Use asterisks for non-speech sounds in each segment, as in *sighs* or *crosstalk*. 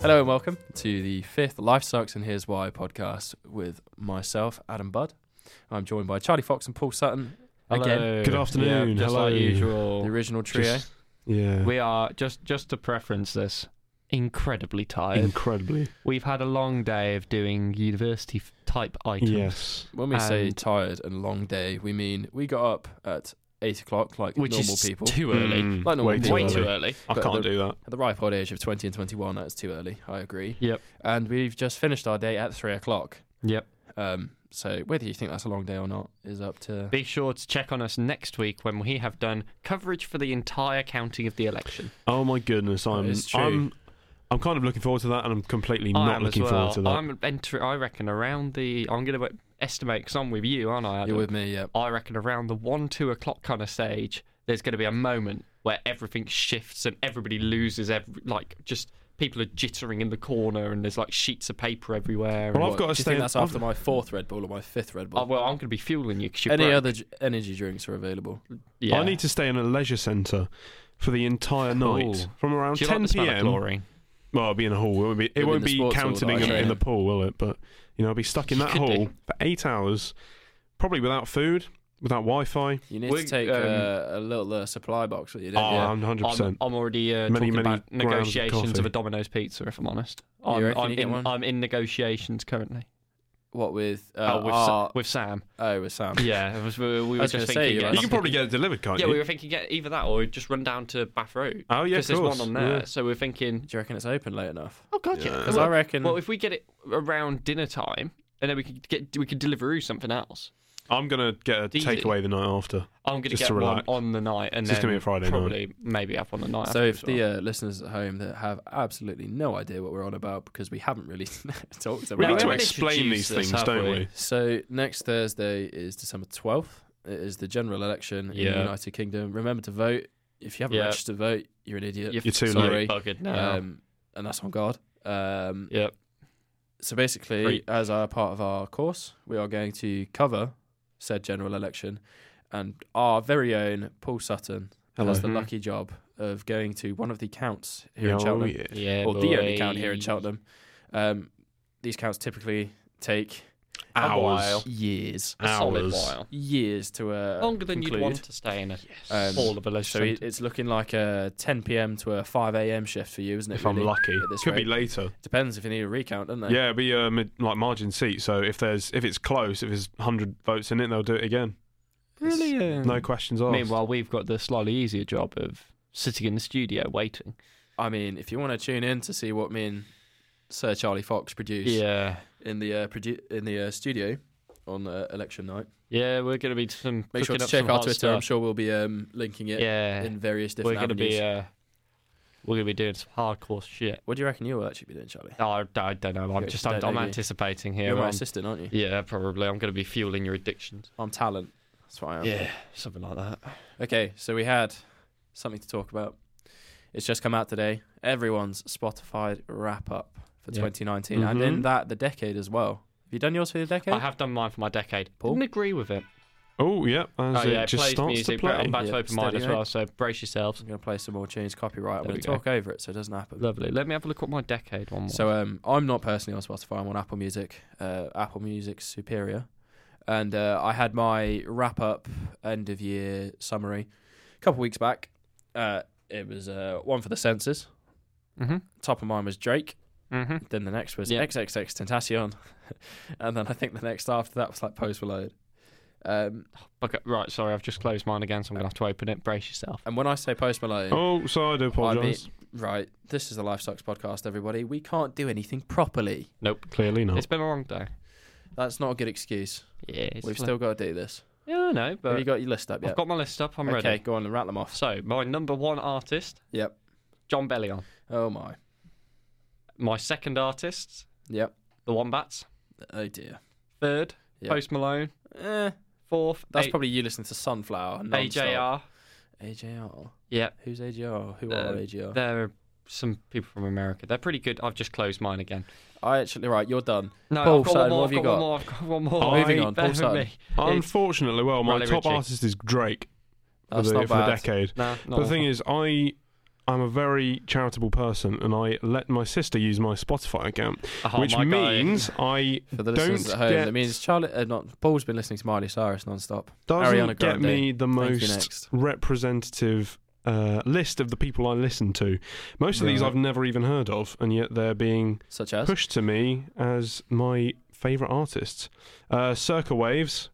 Hello and welcome to the fifth Life Sucks and Here's Why podcast with myself, Adam Budd. I'm joined by Charlie Fox and Paul Sutton, Again. Good afternoon. Yeah, just Hello. like the usual. original trio. Just- Yeah. We are just just to preference this incredibly tired. incredibly. We've had a long day of doing university f- type items. Yes. When we say and- tired and long day, we mean we got up at eight o'clock like Which normal is people. too early. Mm, Like normal way people. Way too too early. early. I But can't the- do that. At the ripe old age of 20 and 21, that's too early. I agree. Yep. And we've just finished our day at three o'clock. Yep. Um, so whether you think that's a long day or not is up to. Be sure to check on us next week when we have done coverage for the entire counting of the election. Oh my goodness. I'm. is true. I'm. I'm kind of looking forward to that, and I'm completely I not am as looking well. forward to that. I'm enter- I reckon around the. I'm going to estimate because I'm with you, aren't I? Adam? You're with me, yeah. I reckon around the one, two o'clock kind of stage, there's going to be a moment where everything shifts and everybody loses. Every like just people are jittering in the corner and there's like sheets of paper everywhere. and- Well, I've What, got to do you stay think in- that's I've- after my fourth Red Bull or my fifth Red Bull? Oh, well, I'm going to be fueling you because you're Any broke. other j- energy drinks are available. Yeah. I need to stay in a leisure centre for the entire night, Ooh. from around Do you 10 like the smell of p.m. chlorine? Well, I'll be in a hall. It won't be, be it in won't the be sports hall, counting like, in, the- in yeah. the pool, will it? But you know, I'll be stuck in You that could hall do. for eight hours, probably without food, without Wi-Fi. You need We- to take um, uh, a little uh, supply box with you, Oh, don't you? I'm 100. I'm, percent I'm already uh, Many, talking many about grams of negotiations of, coffee. a Domino's pizza, if I'm honest. You I'm, reckon I'm, you get one? in, I'm in negotiations currently. What with uh, oh, with, Sa- our- *laughs* with Sam. oh with Sam? Yeah, it was- we, I we were was gonna just say, thinking. like- yeah, You can probably get it delivered, can't yeah, you? we were thinking yeah, either that or just run down to Bath Road. oh yeah, of because there's course. one on there. Yeah. So we're thinking, Do you reckon it's open late enough? oh god, yeah. Yeah. Because I Well, reckon. well, if we get it around dinner time, and then we could get we could deliver something else. I'm gonna get a Easy. takeaway the night after. I'm gonna Just get to one relax. on the night, and It's just then gonna be a Friday night. probably maybe have one the night. so after if as well. the uh, listeners at home that have absolutely no idea what we're on about because we haven't really *laughs* talked We about No, need it. to haven't explain introduced these this, things, have don't we? we? So next Thursday is December twelfth. It is the general election in the Yeah. United Kingdom. Remember to vote. If you haven't Yeah. registered to vote, you're an idiot. You've- You're too Sorry. late. buggered now. um, and that's on guard. Um, yep. So basically, Great. as our part of our course, we are going to cover said general election, and our very own Paul Sutton Hello. has the Mhm. lucky job of going to one of the counts here in Yeah, oh, Cheltenham, yeah. Yeah. or the only count here in Cheltenham. Um, these counts typically take A while. Hours. years, A solid Hours. while. years to uh, Longer than you'd conclude. want to stay in a Um, hall of a So it, legislature. it's looking like a 10 p.m. to a 5 a.m. shift for you, isn't it? If I'm really? lucky, at this could be rate. later. Depends if you need a recount, doesn't it? Yeah, it'd be uh, mid, like margin seat. So if there's if it's close, if there's hundred votes in it, they'll do it again. Really, uh, No questions asked. Mm. Meanwhile, we've got the slightly easier job of sitting in the studio waiting. I mean, if you want to tune in to see what me and Sir Charlie Fox produce Yeah. in the uh, produ- in the uh, studio on uh, election night, Yeah, we're going to be some. make sure cooking to up check some our hot Twitter. I'm stuff. sure we'll be um, linking it Yeah. in various we're different gonna avenues. be uh, we're gonna be doing some hardcore shit. what do you reckon you will actually be doing, Charlie? Oh, I, I don't know. I'm Yeah, just don't I'm, know I'm you. anticipating here. You're my I'm- assistant, aren't you? yeah, probably. I'm gonna be fueling your addictions. I'm talent. That's what I am. Yeah, something like that. Okay, so we had something to talk about. It's just come out today. Everyone's Spotify wrap up for Yeah. Mm-hmm. 2019, and in Mhm. that the decade as well. Have you done yours for the decade? I have done mine for my decade. Paul? Didn't agree with it. oh yeah, as oh yeah, it just plays starts music. to but play. I'm about Yeah, to open mine steady, as mate. well, so brace yourselves. I'm gonna play some more tunes copyright. I'm There gonna we go. talk over it so it doesn't happen. Lovely. Let me have a look at my decade one more. So um, I'm not personally on Spotify. I'm on Apple Music. Uh, Apple Music's superior. And uh, I had my wrap up end of year summary a couple weeks back. Uh, it was uh, one for the censors. hmm Top of mine was Drake. hmm Then the next was Yeah. XXX Tentacion. *laughs* and then I think the next after that was like Post Reload. Um, Okay, right. Sorry, I've just closed mine again, so I'm gonna have to open it. Brace yourself. and when I say Post Malone, Oh, sorry, I do apologise. right, this is the Life Sucks podcast, everybody. We can't do anything properly. Nope. Clearly Oh. not. It's been a long day. That's not a good excuse. Yeah. It's We've like- still got to do this. Yeah, I know, Have but you got your list up yet? I've got my list up. I'm okay, ready. go on and rattle them off. So my number one artist. Yep. John Bellion. Oh my. My second artist, Yep. The Wombats. Oh dear. Third, Yeah. Post Malone. Eh, Fourth, that's A- probably you listening to Sunflower. non-stop. AJR. AJR. Yeah, Who's AJR? Who Uh, are AJR? there are some people from America. They're pretty good. I've just closed mine again. I actually right. You're done. No, Paul I've got Sutton, one more. what have I've you got one more. I've got one more. Oh, moving on, Paul Bear with Sutton. me. It's- Unfortunately, well, my Riley top Ritchie. artist is Drake for That's the, not for the bad. decade. No, But the thing is, I I'm a very charitable person, and I let my sister use my Spotify account, Oh, which my guy. means I For the Don't listeners at home, get- that means Charlie. Uh, not Paul's been listening to Miley Cyrus non-stop. Ariana doesn't get Grande. me the Thank you, most next. representative uh, list of the people I listen to. Most of these Right. I've never even heard of, and yet they're being Such as pushed to me as my favourite artists. Uh, Circa Waves.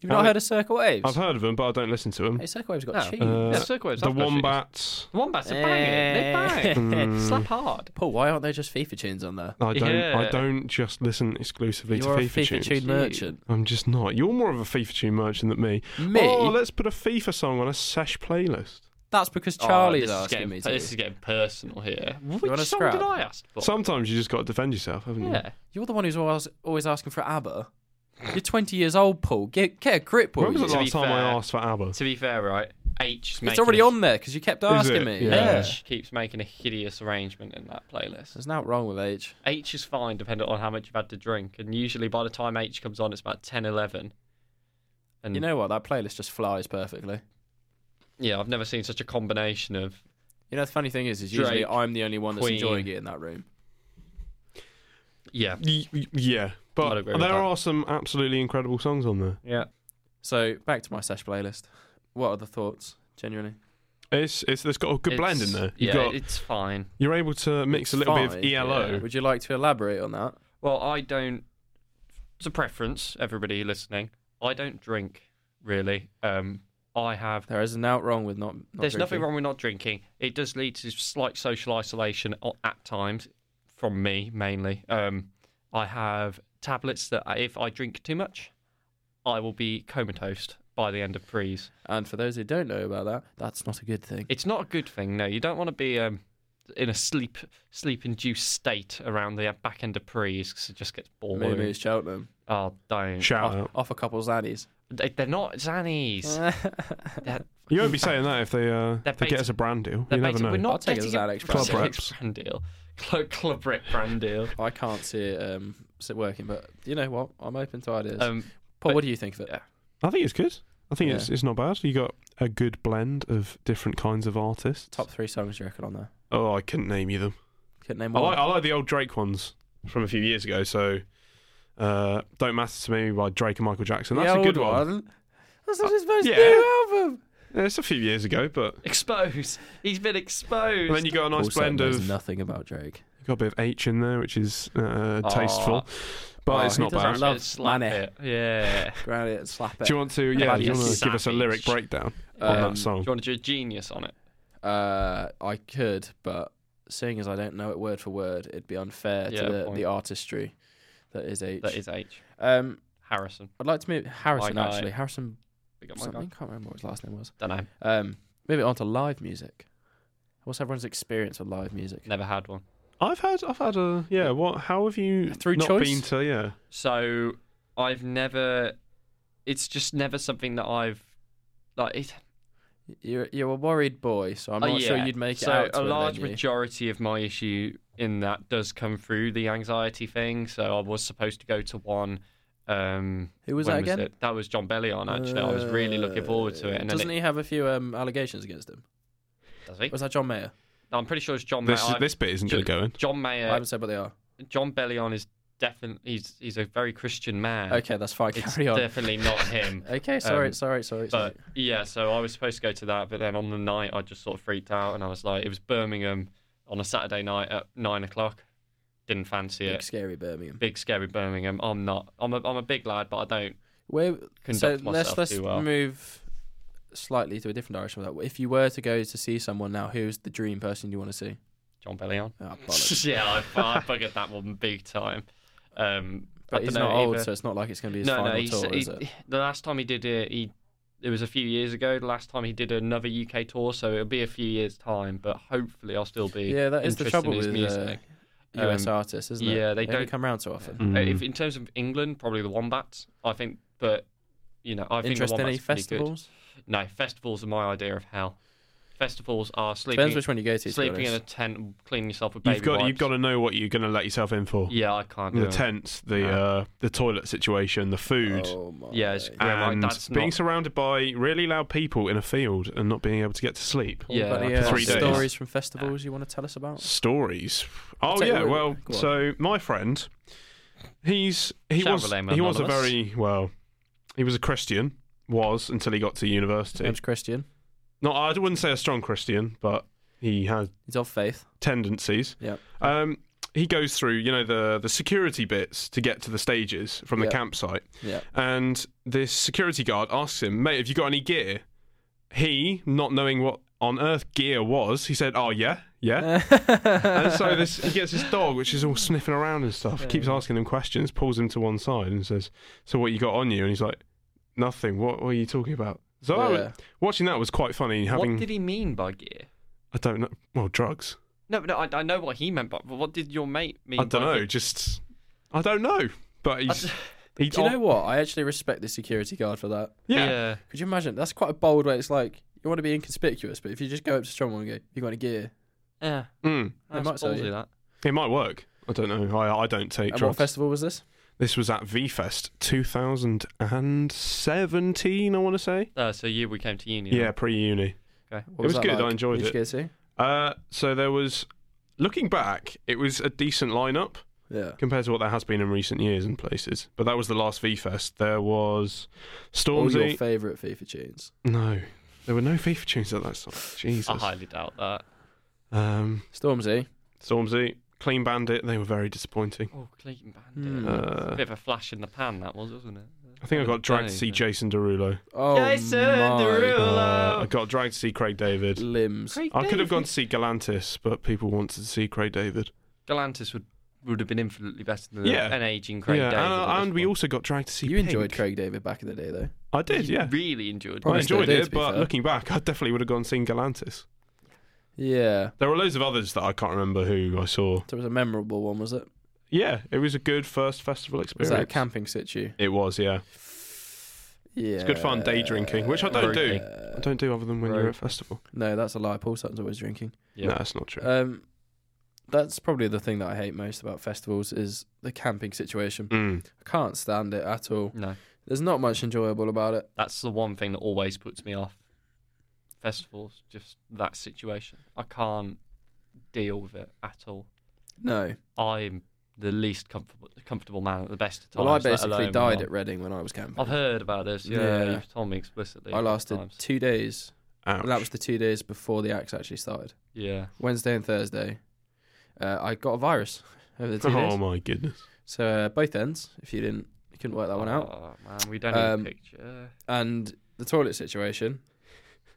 you've not Alex- heard of Circle Waves. I've heard of them, but I don't listen to them. Hey, Circle Waves got No. cheese. Uh, yeah, circle waves. the I've got Wombats. shoes. Wombats are Eh. banging. They bang. *laughs* Mm. Hmm. Slap hard. Paul, why aren't there just FIFA tunes on there? I don't. I Yeah. don't just listen exclusively You're a to FIFA, FIFA, tunes. tune merchant. I'm just not. You're more of a FIFA tune merchant than me. Me? Oh, let's put a FIFA song on a sesh playlist. That's because oh, Charlie's this is asking getting, me to. This is getting personal here. Which wanna song scrap? did I ask for? Sometimes you just got to defend yourself, haven't you? yeah. You're the one who's always always asking for ABBA. You're 20 years old, Paul. Get get a grip, will When was you? the To be last time I fair- asked for ABBA? To be fair, right? H. is It's making already a- on there because you kept asking it? me. Yeah. Yeah. H keeps making a hideous arrangement in that playlist. There's nothing wrong with age. H is fine depending on how much you've had to drink, and usually by the time H comes on, it's about 10, 11. Hmm. And You know what? That playlist just flies perfectly. yeah, I've never seen such a combination of You know, the funny thing is, is usually Drake, I'm the only one that's Queen. enjoying it in that room. yeah, Y- y- yeah, I'd but agree there with that. are some absolutely incredible songs on there. yeah. So back to my sesh playlist. What are the thoughts? Genuinely, It's it's it's got a good blend in It's- there. You've Yeah, got, it's fine. you're able to mix a little bit Five, of E ELO. yeah. Would you like to elaborate on that? Well, I don't. It's a preference. Everybody listening, I don't drink really. Um, I have There is nothing wrong with not. not There's nothing drinking. wrong with not drinking. It does lead to slight social isolation o- at times, from me mainly. Um, I have tablets that I- if I drink too much, I will be comatose by the end of freeze. And for those who don't know about that, that's not a good thing. It's not a good thing. No, you don't want to be um, in a sleep sleep induced state around the uh, back end of prees because it just gets Moo boring. Moo's Cheltenham. Oh, don't. Shout Off, out. off a couple zannies. They- They're not Zannies. *laughs* They're, You won't be saying that if they uh, They're if they bait- get us a brand deal. they're You never basically- know. We're I'll not take it as getting a Alex Club Brand reps. deal. Club, club rep brand deal. I can't see it, um, see it working, but you know what? I'm open to ideas. Um, Paul, but- what do you think of it? I think it's good. I think Yeah. it's it's not bad. You got a good blend of different kinds of artists. Top three songs you reckon on there? Oh, I couldn't name you them. Couldn't name I one. like, I like the old Drake ones from a few years ago. So, uh, "Don't Matter to Me" by Drake and Michael Jackson. That's the a good old one. That's not his most yeah. new album. Yeah, it's a few years ago, but Exposed. He's been exposed. and then you got a nice blend of you nothing about Drake. got a bit of H in there, which is uh, tasteful, but Oh, it's he not doesn't bad. love money. Yeah. Ground it and slap it. Do you want to? Yeah, do you Bloody want to give us a savage. lyric breakdown on Um, that Do you song? want to do a genius on it? Uh, I could, but seeing as I don't know it word for word, it'd be unfair Yeah, to the, point. the artistry that is H. That is H. Um, Harrison. I'd like to move Harrison My guy. actually. Harrison We got my something. guy. Can't remember what his last name was. Don't know. Um, move it on to live music. What's everyone's experience with live music? Never had one. I've had, I've had a yeah. What? How have you Through not choice? been to? Yeah, So I've never. It's just never something that I've like. It, You're you're a worried boy, so I'm Oh, not sure yeah. you'd make it so out. To a large venue. majority of my issue in that does come through the anxiety thing. So I was supposed to go to one. Um, Who was when that again? it? That was John Bellion. Actually, I was really looking forward to it. And doesn't then he have a few um, allegations against him? it, does he? Was that John Mayer? No, I'm pretty sure it's John this Mayer. I've- this bit isn't going to go in. John I Mayer. haven't said what they are. John Bellion is definitely he's he's a very Christian man. Okay, that's fine. it's Carry on. definitely not him. *laughs* okay, sorry, um, sorry, sorry, sorry. But yeah, so I was supposed to go to that, but then on the night I just sort of freaked out, and I was like, it was Birmingham on a Saturday night at nine o'clock. Didn't fancy Big it. scary Birmingham. Big scary Birmingham. I'm not. I'm a I'm a big lad, but I don't. Where? So let's Conduct myself let's too well. move slightly to a different direction with that. If you were to go to see someone now, who's the dream person you want to see? John *laughs* Bellion. *laughs* Oh, bollocks. yeah, I, I buggered that one big time. Um, I But don't he's know, not old, either- so it's not like it's going to be his no, final no. he's- tour, he- is it? The last time he did it, he it was a few years ago. The last time he did another UK tour, so it'll be a few years time. But hopefully, I'll still be. Yeah, that is the interested trouble in with his uh, music. US Um, artists, isn't it? yeah, they only don't- come round so often. Uh, If, in terms of England, probably the Wombats. I think, but you know, I think the Interest in Wombats any are pretty good. festivals? No, festivals are my idea of hell. Festivals are sleeping, Depends which one you go to. to be sleeping in a honest. tent, and cleaning yourself with baby You've got wipes. you've got to know what you're going to let yourself in for. Yeah, I can't do The it. tents, the uh, the toilet situation, the food, Oh my. Yeah, it's- yeah, right, and that's being not- surrounded by really loud people in a field and not being able to get to sleep. Yeah, Bloody, like uh, three days. stories from festivals you want to tell us about? Stories. I'll Oh take yeah, all of well, it. Go on. so my friend, he's he Shout was out Lame he was a Anonymous. very well, he was a Christian was until he got to university. James Christian. No, I wouldn't say a strong Christian, but he had He's of faith. tendencies. Yep. Um, he goes through, you know, the the security bits to get to the stages from the Yep. campsite, Yeah. and this security guard asks him, "Mate, have you got any gear?" He, not knowing what on earth gear was, he said, "Oh yeah, *laughs* yeah." and so this he gets his dog, which is all sniffing around and stuff, keeps asking him questions, pulls him to one side and says, "So what you got on you?" And he's like, "Nothing. What, what are you talking about?" So that was- Yeah. watching that was quite funny. Having What did he mean by gear? I don't know. Well, drugs. No, no, I, I know what he meant, but what did your mate mean? I don't by know. gear? Just I don't know. But I *laughs* he's d- he, Do you know what? I actually respect the security guard for that. yeah. Could you imagine? That's quite a bold way. It's like you want to be inconspicuous, but if you just go up to someone and go, "You got any gear?" yeah, Mm. They yeah. might That's tell ballsy, you. that. It might work. I don't know. I I don't take And what drugs. festival was this? this was at V Fest 2017. I want to say. Uh, so you, we came to union. Yeah, pre-uni. Okay. What It was that good, I like? enjoyed Did you go see? Uh, so there was. Looking back, it was a decent lineup Yeah. compared to what there has been in recent years in places. But that was the last V Fest. There was What was your Stormzy. favourite FIFA tunes? no, there were no FIFA tunes at *laughs* that time. Jesus. I highly doubt that. Um, Stormzy. Stormzy, Clean Bandit. They were very disappointing. Oh, Clayton Bandit. Hmm. Uh, Bit of a flash in the pan that was, wasn't it? I think I got dragged to see Jason Derulo. Oh Jason my. Derulo. Uh, I got dragged to see Craig David. Limbs. Craig I could David. have gone to see Galantis, but people wanted to see Craig David. Galantis would would have been infinitely better than Yeah. an aging Craig yeah, David. and- at and, this we point. also got dragged to see. You Pink. enjoyed Craig David back in the day, though. I did, You yeah. Really enjoyed. I Probably still enjoyed do, it, to be but fair. looking back, I definitely would have gone and seen Galantis. Yeah. There were loads of others that I can't remember who I saw. So it was a memorable one, was it? Yeah, it was a good first festival Was experience. that a camping situ? It was, yeah. Yeah. It's good fun day drinking, which I don't do. I don't do other than when you're Rogue. at festival. No, that's a lie. Paul Sutton's always drinking. Yeah. No, that's not true. Um, that's probably the thing that I hate most about festivals is the camping situation. Mm. I can't stand it at all. No, There's not much enjoyable about it. that's the one thing that always puts me off festivals. Just that situation. I can't deal with it at all. No. I'm the least comfortable comfortable man at the best of times. Well, I let basically alone died when at Reading when I was camping. I'm- I've heard about this. Yeah, Yeah. you've told me explicitly. I a few lasted times. two days. Ouch. Well, that was the two days before the axe actually started. Yeah. Wednesday and Thursday, uh, I got a virus *laughs* over the two *laughs* oh days. my goodness. So uh, both ends, if you didn't, you couldn't work that one out. Oh man, we don't need a Um, picture. And the toilet situation.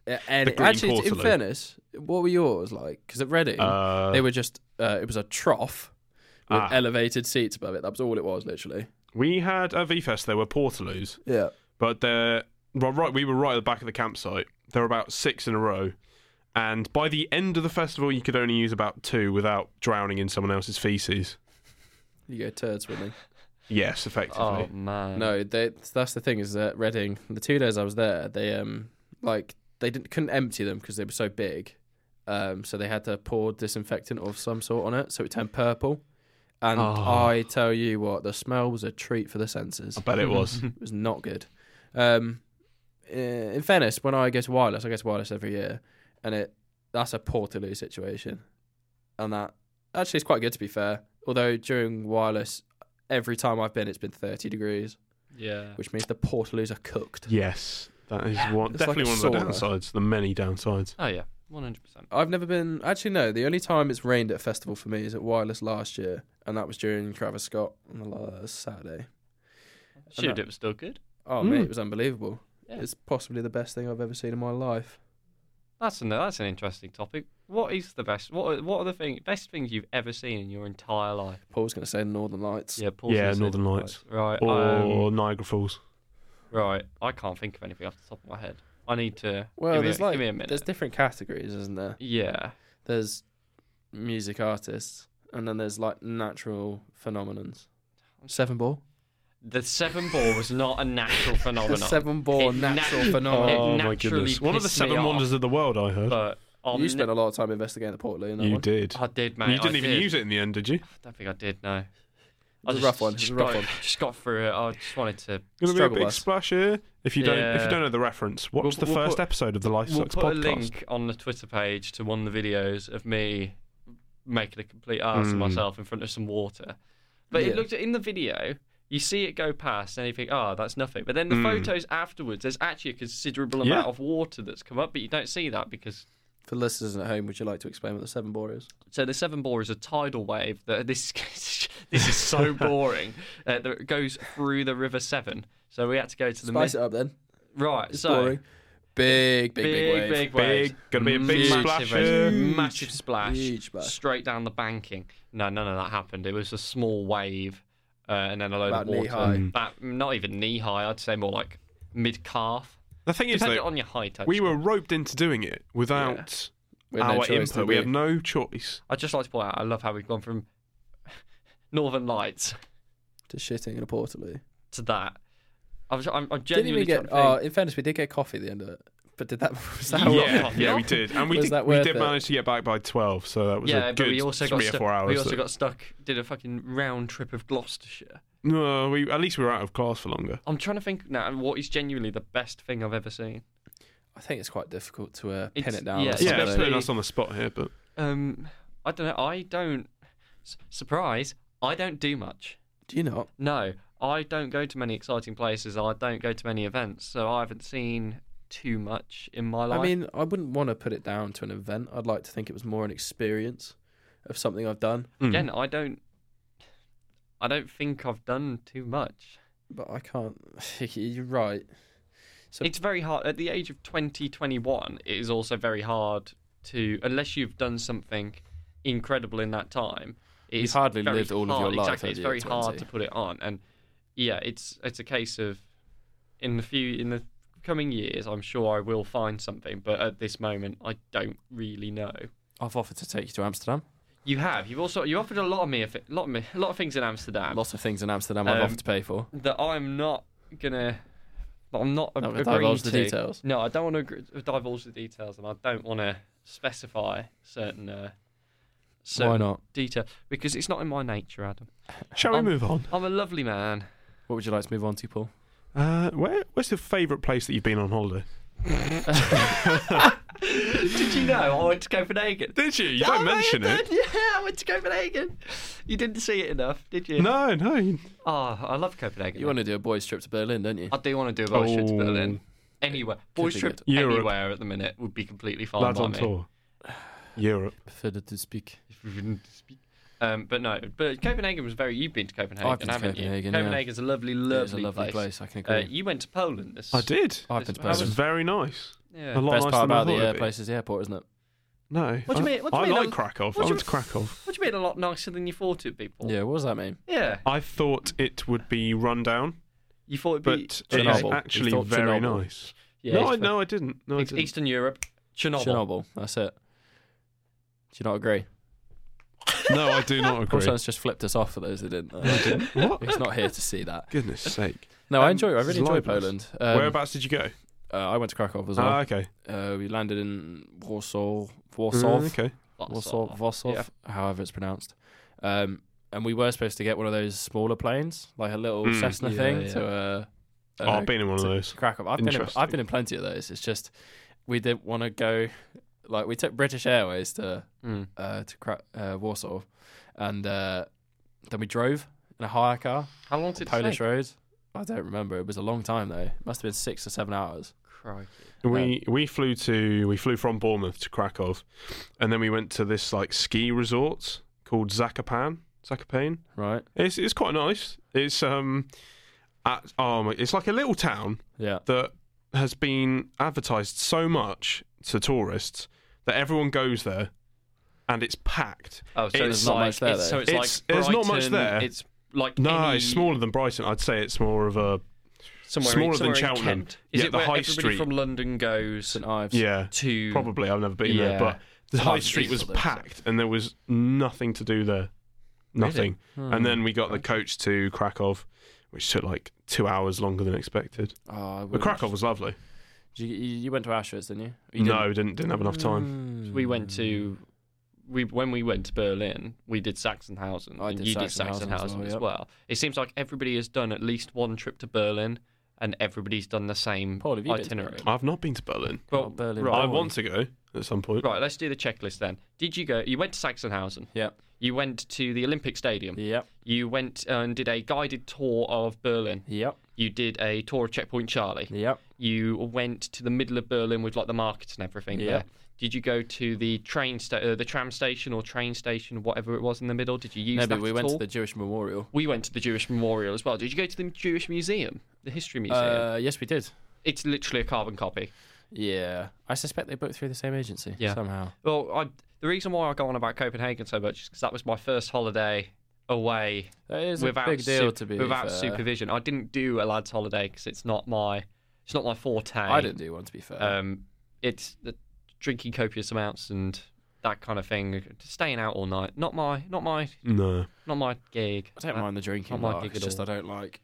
Uh, And Ah. The green actually, in portaloon. fairness, what were yours like? Because at Reading, Uh, they were just uh, it was a trough with Ah. elevated seats above it. That was all it was, literally. we had at V Fest. There were Portaloos. Yeah. but they're well, right. We were right at the back of the campsite. There were about six in a row, and by the end of the festival, you could only use about two without drowning in someone else's feces. You go turd swimming. Yes, effectively. Oh man. No, they, that's the thing is that Reading, the two days I was there, they um like they didn't couldn't empty them because they were so big, um so they had to pour disinfectant of some sort on it so it turned purple, and Oh. I tell you what, the smell was a treat for the senses. I bet it was. It was not good. Um, uh, in fairness, when I go to wireless, I go to wireless every year, and it that's a Portaloo situation, and that actually is quite good to be fair. Although during wireless, every time I've been, it's been thirty degrees, *laughs* Yeah. *laughs* which means the Portaloos are cooked. yes, that is one. It's like Definitely a one of the sauna. downsides. The many downsides. Oh yeah. One hundred percent. I've never been actually no. The only time it's rained at a festival for me is at Wireless last year, and that was during Travis Scott on the last Saturday. Shoot, it was still good. Oh Mm. mate, it was unbelievable. Yeah. It's possibly the best thing I've ever seen in my life. That's an that's an interesting topic. What is the best? What are, what are the thing best things you've ever seen in your entire life? Paul's gonna say Northern Lights. Yeah, Paul's Yeah, gonna say Northern the Lights. Right, Or um, Niagara Falls. right. I can't think of anything off the top of my head. I need to. Well, give me there's a, like give me a minute. there's different categories, isn't there? yeah, There's music artists, and then there's like natural phenomenons. Seven ball. the seven ball was not a *laughs* natural The phenomenon. seven ball It natural nat- phenomenon. Oh my naturally goodness! One of the pissed me seven off. wonders of the world. I heard. but I'll you ne- spent a lot of time investigating the Port Lou in that You one. did. I did, mate. you didn't I even did. use it in the end, did you? I don't think I did. No, it was a rough one, it was a rough got, one. *laughs* Just got through it. I just wanted to. Gonna Struggle be a big bus. splash here. If you don't, if you Yeah. don't know the reference, watch We'll- the we'll first put- episode of the Life We'll Sucks put a podcast. link on the Twitter page to one of the videos of me making a complete arse of Mm. myself in front of some water. But Yeah. it looked in the video. You see it go past, and you think, "Oh, that's nothing." But then the Mm. photos afterwards, there's actually a considerable Yeah. amount of water that's come up, but you don't see that because For the listeners at home, would you like to explain what the Seven Bore is? So the seven bore is a tidal wave that *laughs* this this *laughs* is so boring uh, that goes through the River Severn. So we had to go to the Spice mid- it up then. right. It's so boring. Big, big, big big, wave. big waves. Big, gonna be a big Massive splash. Massive, Mm. here. massive splash, Huge splash. straight down the banking. No, none of that happened. It was a small wave, uh, and then a load About of water. knee Mm. high. About not even knee high. I'd say more like mid calf. The thing is, Depending though, on your height. we actually. were roped into doing it without We had no our choice, input. did We had *laughs* no choice. I'd just like to point out. I love how we've gone from *laughs* Northern Lights to shitting in a Port Lou. to that. I was, I'm, I'm Didn't genuinely we get? trying to Oh, think- in fairness, we did get coffee at the end of it. But did that? *laughs* Was that Yeah. all yeah, right? yeah, we did, and we Was did, that we worth did it? manage to get back by twelve, so that was yeah, a good but we also got three or stuck, four hours. We also that- got stuck. Did a fucking round trip of Gloucestershire. no, we at least we were out of class for longer. I'm trying to think now what is genuinely the best thing I've ever seen. I I think it's quite difficult to uh, pin It's- it down. yeah, on it's Yeah, something. it's putting us on the spot here, but Um, I don't know. I don't. s- Surprise! I don't do much. Do you not? No, I don't go to many exciting places. I don't go to many events, so I haven't seen too much in my life. I mean, I wouldn't want to put it down to an event. I'd like to think it was more an experience of something I've done, mm. again, I don't. I don't think I've done too much. but I can't. *laughs* You're right. So it's very hard at the age of 20 21 it is also very hard to unless you've done something incredible in that time You've it's hardly very lived all of your hard- life at exactly it's the very age of hard 20. to put it on and yeah it's it's a case of in the few in the coming years i'm sure i will find something but at this moment i don't really know I've offered to take you to Amsterdam. you have you've also you offered a lot of me a fi- lot of me, a lot of things in amsterdam Lots of things in Amsterdam I've Um, offered to pay for. that i'm not gonna i'm not, Not gonna agreeing divulge the to. details. No, I don't want to agree, divulge the details, and I don't want to specify certain uh, Why certain not? detail because it's not in my nature, Adam. shall we um, move on? I'm a lovely man. *laughs* What would you like to move on to, Paul? Uh, where, where's your favourite place that you've been on holiday? Did you know I went to Copenhagen? Did you? You Oh, don't no, mention you it. did. *laughs* Yeah, I went to Copenhagen. You didn't see it enough, did you? No, no. you- Oh, I love Copenhagen. You want to do a boys' trip to Berlin, don't you? I do want to do a boys' trip to Oh. Berlin. Anywhere, boys' be trip good. Europe. anywhere at the minute would be completely fine Lads by on me. tour. Europe. prefer to speak. if we wouldn't speak. Um, but no, but Copenhagen was very. You've been to Copenhagen, I've been to haven't Copenhagen, you? yeah. Copenhagen's a lovely, It is lovely, a lovely place. place. I can Uh, agree. you went to Poland. This, I did. I've been to how That was Berlin. was- very nice. Yeah. A lot Best part nicer than I about the uh, thought it'd be. airplace is the airport, isn't it? No. What do you I- mean- what do you I mean like a- Krakow. I what do you- went to Krakow. What do you mean a lot nicer than you thought it'd be, Paul? Yeah, what does that mean? Yeah. I thought it would be run down, You thought it'd be. but Chernobyl. it's You actually thought very Chernobyl. nice. yeah, no, it's I, fu- no, I didn't. No, I it's didn't. Eastern Europe, Chernobyl. Chernobyl. That's it. Do you not agree? *laughs* No, I do not agree. Paul just flipped us off for those that *laughs* didn't. I know. *laughs* didn't. What? He's not here to see *laughs* that. *laughs* Goodness sake. No, Um, I enjoy. I this is really enjoy libelous. Poland. Um, Whereabouts did you go? Uh, I went to Krakow as Ah, well. okay. Uh, we landed in Warsaw, Warsaw, Mm, okay. Warsaw, Warsaw. Warsaw, Yeah. however it's pronounced. Um, and we were supposed to get one of those smaller planes, like a little Mm. Cessna Yeah, thing, yeah. to uh, uh, Oh, I've been in one of to those. Krakow. I've been in, Interesting. I've been in plenty of those. It's just we didn't want to go. Like we took British Airways to Mm. uh, to Kra- uh, Warsaw, and uh, then we drove in a hire car, How long did it Polish take? roads. I don't remember. It was a long time though. It must have been six or seven hours. Crikey. We we flew to we flew from Bournemouth to Krakow, and then we went to this like ski resort called Zakopan. Zakopane. Right? It's it's quite nice. It's um, at, oh my, it's like a little town Yeah. that has been advertised so much to tourists that everyone goes there, and it's packed. Oh, so It's it's not like, much there, it's, so though. it's, It's- like there's not much Brighton, there. It's like No, any, it's smaller than Brighton. I'd say it's more of a Somewhere smaller in, than somewhere in Cheltenham. Kent. Is Yeah, it the where high everybody street. from London goes St Ives. yeah. to Probably I've never been Yeah. there, but the It's high hard to street see was for those, so. packed, and there was nothing to do there. Nothing. Hmm. And then we got the coach to Krakow, which took like two hours longer than expected. Oh, I But wouldn't. Krakow was lovely. Did you, you you went to Auschwitz, didn't Hmm. you? you no, didn't didn't have enough time. We went to we when we went to Berlin, we did Sachsenhausen, Mm. I and did you Sachsenhausen as did Sachsenhausen as well, yep. It seems like everybody has done at least one trip to Berlin, and everybody's done the same Paul, have you been to itinerary. Berlin? I've not been to Berlin. Well, Oh, Berlin. right, I Boy. want to go at some point. right. Let's do the checklist then. Did you go? You went to Sachsenhausen. Yep. You went to the Olympic Stadium. Yep. You went uh, and did a guided tour of Berlin. Yep. You did a tour of Checkpoint Charlie. Yep. You went to the middle of Berlin with like the markets and everything. Yeah. there. Did you go to the train sta- uh, the tram station or train station, whatever it was in the middle? Did you use No, that but we at went all? to the Jewish memorial. We went to the Jewish memorial as well. Did you go to the Jewish museum, the history museum? Uh, yes, we did. it's literally a carbon copy. Yeah, I suspect they booked through the same agency Yeah. somehow. Well, I, the reason why I go on about Copenhagen so much is because that was my first holiday away That is without a big deal sup- to be fair. without supervision. I didn't do a lad's holiday because it's not my it's not my forte. I didn't do one to be fair. Um, it's the drinking copious amounts and that kind of thing, staying out all night. Not my not my No. not my gig. I don't Uh, mind the drinking. not my Like, gig it's at just I all. don't like.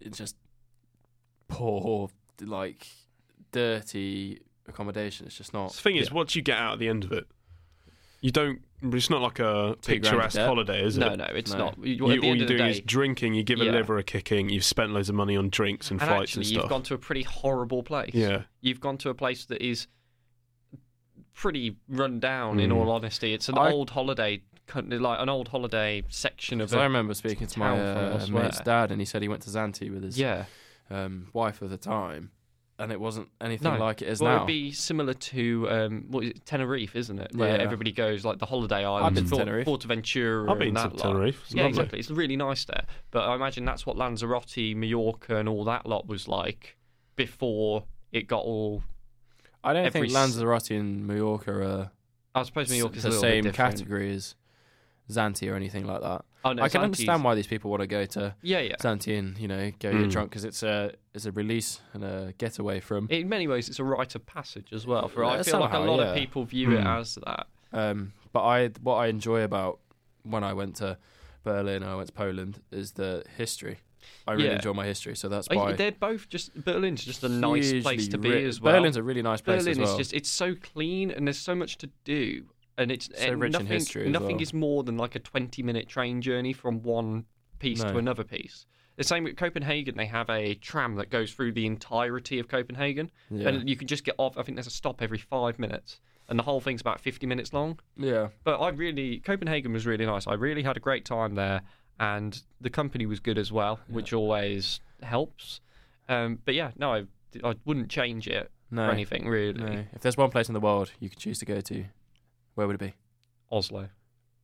It's just poor, like dirty accommodation. It's just The not. thing is, what you get out at the end of it, you don't. It's not like a Two grand picturesque debt. holiday, is No, it? no, it's No. not. You, You, at the all end you're of the doing day, is drinking. You give a Yeah. liver a kicking. You've spent loads of money on drinks and, and flights actually, and you've stuff. gone to a pretty horrible place. yeah, You've gone to a place that is pretty run down. In Mm. all honesty, it's an I- old holiday, co- like an old holiday section of 'Cause I a, remember speaking to my town from uh, elsewhere. mate's dad, and he said he went to Zante with his yeah. um, wife at the time, and it wasn't anything No. like it is well, now. it'd be similar to um, what is it, Tenerife, isn't it? Where Yeah. everybody goes like the holiday island, been to Port- Tenerife. Portaventura, I've been and to that lot. Tenerife. It's Yeah, lovely. exactly. It's really nice there, but I imagine that's what Lanzarote, Mallorca, and all that lot was like before it got all. I don't every think s- Lanzarote and Mallorca are I suppose s- Mallorca's the a little bit same different. category as Zante or anything like that. Oh, no, I can Zante's- understand why these people want to go to Yeah, yeah. Zante and you know go Mm. get drunk because it's a it's a release and a getaway from. In many ways, it's a rite of passage as well. For I Yeah, feel like a somehow, lot yeah. Hmm. of people view it Mm. as that. Um, but I what I enjoy about when I went to Berlin and I went to Poland is the history. I really Yeah. enjoy my history, so that's I- why. They're both just Berlin's just a nice place Hugely to be ri- as well. Berlin's a really nice place Berlin as well. is just it's so clean and there's so much to do and it's So and rich in nothing, history as nothing well. is more than like a 20 minute train journey from one piece No. to another piece. The same with Copenhagen, they have a tram that goes through the entirety of Copenhagen yeah. and you can just get off. I think there's a stop every five minutes and the whole thing's about 50 minutes long. yeah, But I really, Copenhagen was really nice. I really had a great time there, and the company was good as well, which always helps. Um, but yeah, no, I, I wouldn't change it no, for anything really. no. If there's one place in the world you could choose to go to, where would it be? Oslo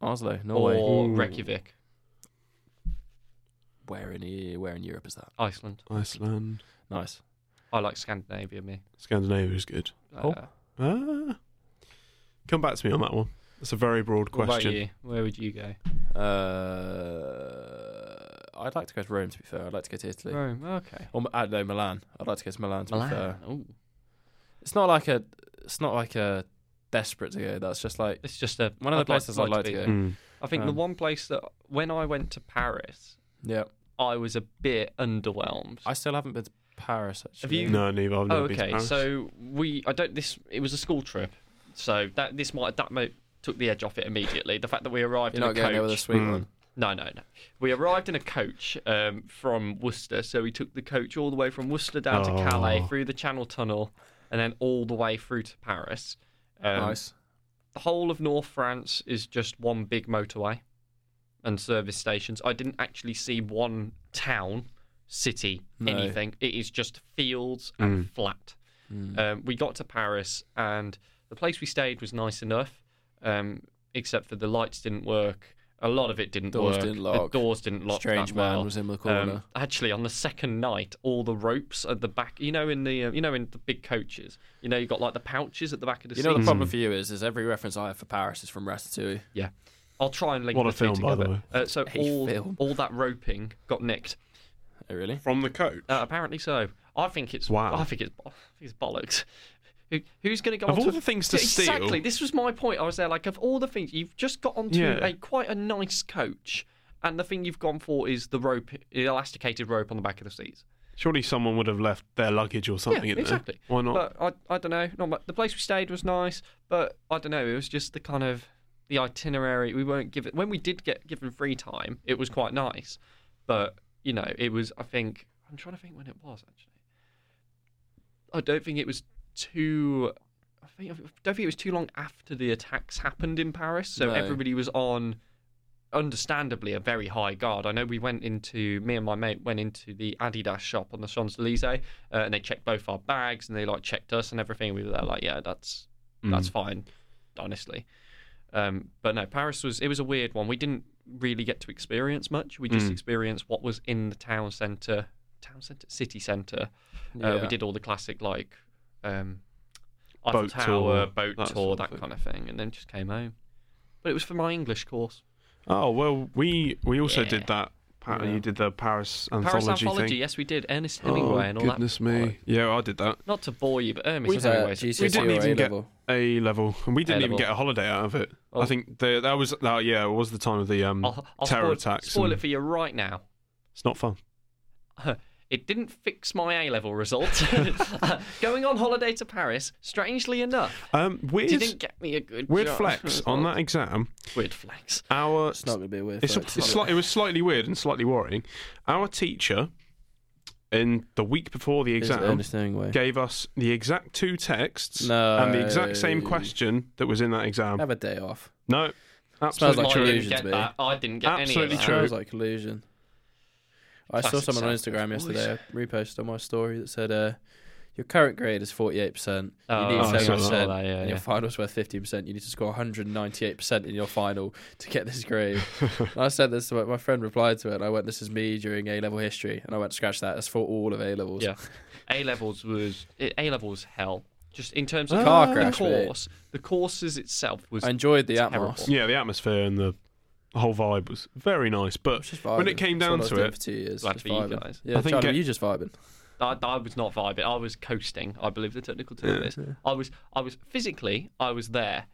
Oslo, Norway. or Ooh. Reykjavik, Where in E- where in Europe is that? Iceland. Iceland, Nice. I like Scandinavia, me. Scandinavia is good. Cool. Uh, Ah. Come back to me on that one. That's a very broad what about question. you? Where would you go? Uh, I'd like to go to Rome. To be fair, I'd like to go to Italy. Rome. Okay. Or uh, no, Milan. I'd like to go to Milan. To be fair, Milan. Ooh. it's not like a, it's not like a desperate to go. That's just like It's just a one of the I'd places I'd like to go. Mm. I think the Um, one place that when I went to Paris, yeah. I was a bit underwhelmed. I still haven't been to Paris. Actually, you- No, neither. I've never Oh, been to okay. Paris. So we, I don't. This it was a school trip, so that this might that mo took the edge off it immediately. The fact that we arrived You're not in a going there with a coach. sweet Mm. one. No, no, no. We arrived in a coach um, from Worcester, so we took the coach all the way from Worcester down to Oh. Calais through the Channel Tunnel, and then all the way through to Paris. Um, nice. The whole of North France is just one big motorway and service stations. I didn't actually see one town, city, No. anything. It is just fields and flat. Mm. Um, we got to Paris, and the place we stayed was nice enough, um, except for the lights didn't work. A lot of it didn't Doors work. didn't lock. The doors didn't lock. Strange that man well. was in the corner. Um, actually, on the second night, all the ropes at the back, you know, in the uh, you know in the big coaches, you know, you got like the pouches at the back of the you seat. know the mm. problem for you is, is every reference I have for Paris is from Ratatouille. yeah, I'll try and link What the a two film, by the together. Uh, so A all film. all that roping got nicked. Oh, really? from the coach. Uh, apparently so. I think it's Wow. I think it's I think it's bollocks. Who, who's going to go Of onto all the things to exactly, steal- This was my point. I was there like of all the things you've just got onto Yeah. a quite a nice coach, and the thing you've gone for is the rope, the elasticated rope on the back of the seats. Surely someone would have left their luggage or something in exactly. there. Why not? But I, I don't know. Not much. The place we stayed was nice, but I don't know. It was just the kind of the itinerary. We weren't given when we did get given free time. It was quite nice, but you know, it was. I think I'm trying to think when it was actually. I don't think it was too. I think I don't think it was too long after the attacks happened in Paris, so No. everybody was on. Understandably, a very high guard. I know we went into me and my mate went into the Adidas shop on the Champs Elysees, uh, and they checked both our bags and they like checked us and everything. We were there like, yeah, that's that's fine, honestly. Um, but no, Paris was it was a weird one. We didn't really get to experience much. We just Mm. experienced what was in the town centre, town centre, city centre. Uh, Yeah. we did all the classic like um, Eiffel Boat Tower, tour, boat tour, that sort of that thing. kind of thing, and then just came home. But it was for my English course. Oh well, we we also did Yeah. that. Pa- Yeah. You did the Paris anthology, Paris anthology, thing. yes, we did. Ernest Hemingway and all goodness that. me! Yeah, I did that. Not to bore you, but Ernest We did Hemingway. GCSE We didn't or even get- A-level. A level, and we didn't even A-level. get a holiday out of it. Oh. I think the, that was uh, yeah, it was the time of the um, I'll, I'll terror spoil, attacks. Spoil and it for you right now. It's not fun. It didn't fix my A level *laughs* result. *laughs* Going on holiday to Paris, strangely enough, Um, didn't weird, get me a good weird job *laughs* flex on that result. exam. Weird flex. Our It's not going to be a weird It's, fact, it's is slight- it was slightly weird and slightly worrying. Our teacher, in the week before the it? Is exam, Ernest Hemingway. gave us the exact two texts No. and the exact same question that was in that exam. Have a day off. No, absolutely like I true. illusion to didn't get me. that. I didn't get Absolutely any of that. true. Sounds like collusion. I saw Classic someone on South Coast Instagram boys. yesterday. I reposted on my story that said, uh, "Your current grade is forty-eight percent. You Oh, need I saw seventy that, percent, yeah, and yeah. your final's worth fifty percent. You need to score one hundred ninety-eight percent in your final to get this grade." And I said this. to My my friend replied to it. And I went, "This is me during A level history," and I went, "Scratch that. That's for all of A levels." Yeah. A levels was A levels hell. Just in terms of Car the crash, mate. course, the courses itself was I enjoyed the Terrible. atmosphere. Yeah, the atmosphere and the whole vibe was very nice. But when it came down to it, for two years, Glad just for you vibing. guys. Yeah, I think Charlie, it- you just vibing. I, I was not vibing. I was coasting. I believe the technical term is. I was. I was physically. I was there.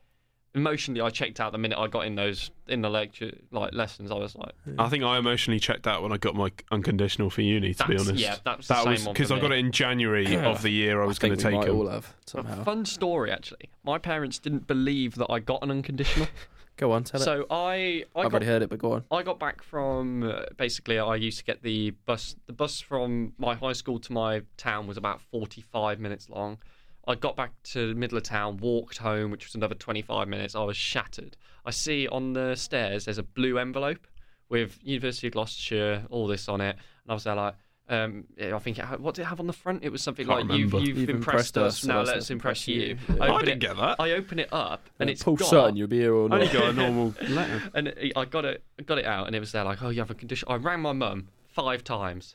Emotionally, I checked out the minute I got in those in the lecture like lessons. I was like, I think I emotionally checked out when I got my unconditional for uni. To be That's- honest, yeah, that was the that same was one for because I me. got it in January of the year. I was I going think to we take might it. all have a somehow. fun story actually. My parents didn't believe that I got an *laughs* unconditional, Go on, tell it. so I I I've got already heard it, but go on. I got back from uh, basically I used to get the bus the bus from my high school to my town was about 45 minutes long. I got back to the middle of town, walked home, which was another 25 minutes. I was shattered. I see on the stairs there's a blue envelope with University of Gloucestershire, all this on it, and I was there like, um, yeah, I think it had, what did it have on the front? It was something Can't like you've, remember. you've, impressed, us, so now let's impress you. Yeah. I open didn't it- get that. I open it up and it's Paul got- Sutton, you'll be here all I only night. got a normal letter. *laughs* and it- I got it, got it out, and it was there like, oh, you have a condition. I rang my mum five times,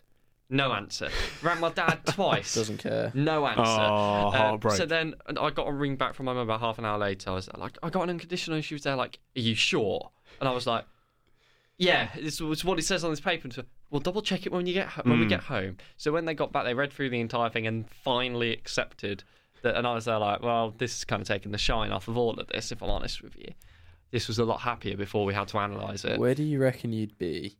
no answer. rang my dad twice, Doesn't care. no answer. Oh, Um, heartbreak. so then and I got a ring back from my mum about half an hour later. I was like, I got an unconditional, and she was there like, are you sure? And I was like, yeah, this was what it says on this paper. And she- We'll double check it when you get ho- when we get home. So when they got back, they read through the entire thing and finally accepted that. And I was there like, well, this is kind of taking the shine off of all of this. If I'm honest with you, this was a lot happier before we had to analyse it. Where do you reckon you'd be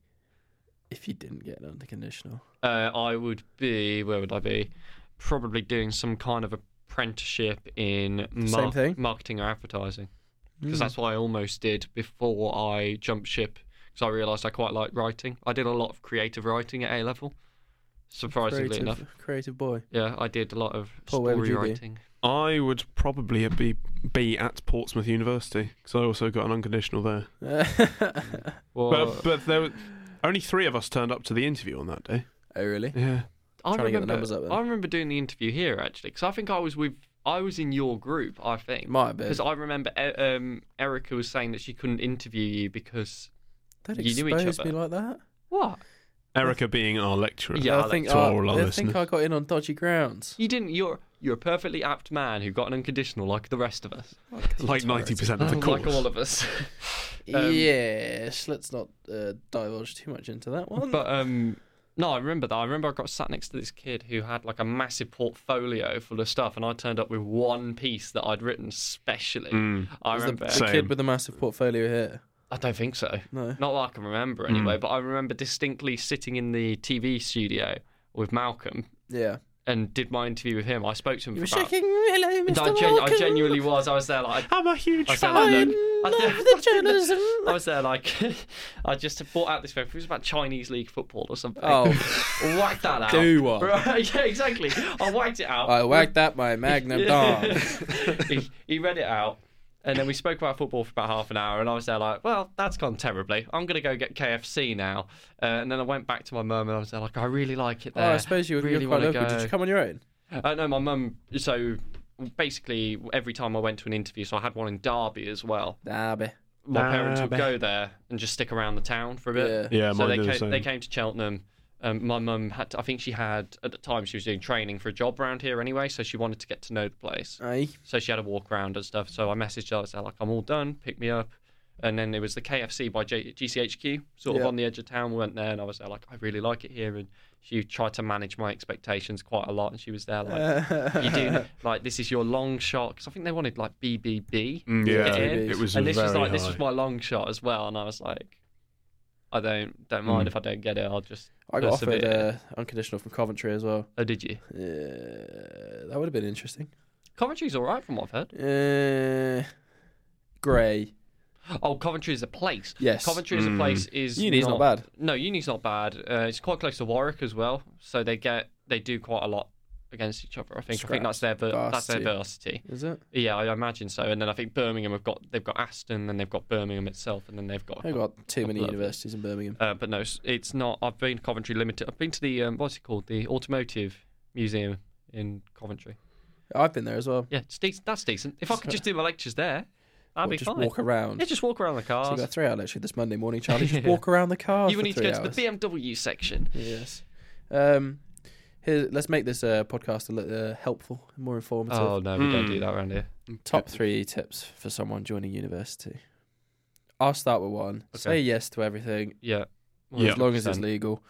if you didn't get an unconditional? Uh, I would be where would I be? Probably doing some kind of apprenticeship in mar- thing? Hmm. marketing or advertising. because that's what I almost did before I jumped ship. Because I realised I quite like writing. I did a lot of creative writing at A level, surprisingly creative, enough. creative boy. *laughs* Yeah, I did a lot of Paul, where would story you be? writing. I would probably be be at Portsmouth University because I also got an unconditional there. Mm. Well, But but there were, only three of us turned up to the interview on that day. oh really? Yeah, I trying to get the remember. numbers up then. I remember doing the interview here actually, because I think I was with. I was in your group, I think. Might have been. Because I remember E- um, Erica was saying that she couldn't interview you because Don't You knew each expose me other. like that. what? Erica being our lecturer. Yeah, I think to I, all our I think listeners. I got in on dodgy *laughs* grounds. You didn't. You're you're a perfectly apt man who got an unconditional like the rest of us, like ninety percent of the course. like all of us. *laughs* Um, yes, let's not uh, divulge too much into that *laughs* one. But um, no, I remember that. I remember I got sat next to this kid who had like a massive portfolio full of stuff, and I turned up with one piece that I'd written specially. Mm. I Was the, remember. the Same. kid with the massive portfolio here. I don't think so. No. Mm. Not that I can remember anyway. But I remember distinctly sitting in the TV studio with Malcolm Yeah. and did my interview with him. I spoke to him You were for about, shaking. Hello, And Mr. I, genu- I Walker. genuinely was. I was there like I'm a huge I fan. sound I like- love *laughs* I- the journalism. I was there like *laughs* I just bought out this paper. It was about Chinese league football or something. Oh, *laughs* whack that out. do *laughs* one. Bro, yeah, exactly. I whacked it *laughs* out. I wagged that my *laughs* magnum *laughs* Oh, dong. he, he read it out, and then we spoke about football for about half an hour, and I was there like, well, that's gone terribly. I'm gonna go get KFC now, uh, and then I went back to my mum and I was there like, I really like it there. Oh, I suppose you were really you're quite wanna local. Did go. you come on your own? Uh, no, my mum. So basically, every time I went to an interview, so I had one in Derby as well. Nah, be. My parents would Derby. go there and just stick around the town for a bit. Yeah. Yeah, so mine they did the came, same. they came to Cheltenham. Um, my mum had, to, I think she had at the time she was doing training for a job around here anyway, so she wanted to get to know the place. Aye. So she had a walk around and stuff. So I messaged her, I was like, I'm all done, pick me up. And then there was the KFC by J- GCHQ, sort of Yeah. on the edge of town. We went there and I was there, like, I really like it here. And she tried to manage my expectations quite a lot. And she was there, like, *laughs* *laughs* you do like this is your long shot because I think they wanted like BBB, Mm, yeah, Yeah. it was and this very was like this was high. my long shot as well, and I was like, I don't don't mind if I don't get it. I'll just. I got That's a offered bit- uh, unconditional from Coventry as well. Oh, did you? Uh, that would have been interesting. Coventry's all right from what I've heard. Uh, Grey. Oh, Coventry is a place. Yes. Coventry as a Mm. place is Uni's not, bad. No, Uni's not bad. Uh, it's quite close to Warwick as well, so they get they do quite a lot against each other. I think. I think that's their ver- that's their Varsity. varsity. Is it? Yeah, I imagine so. And then I think Birmingham have got they've got Aston, then they've got Birmingham itself, and then they've got They've got too many Love it. universities in Birmingham. Uh, but no, it's- it's not. I've been to Coventry Limited. I've been to the um, what's it called? The Automotive Museum in Coventry. I've been there as well. Yeah, it's decent. That's decent. If I could just do my lectures there, Or that'd be just fine. walk around. yeah, just walk around the So we've cars. got three out literally this Monday morning, Charlie. Just *laughs* Yeah. walk around the car. you for would need to three go hours. to the BMW section. Yes. Um, here, let's make this uh, podcast a little uh, helpful, and more informative. Oh no, we don't Mm. Hmm. do that around here. Top three tips for someone joining university. I'll start with one. Say yes to everything Yeah. Yeah. as long as it's 100%. legal.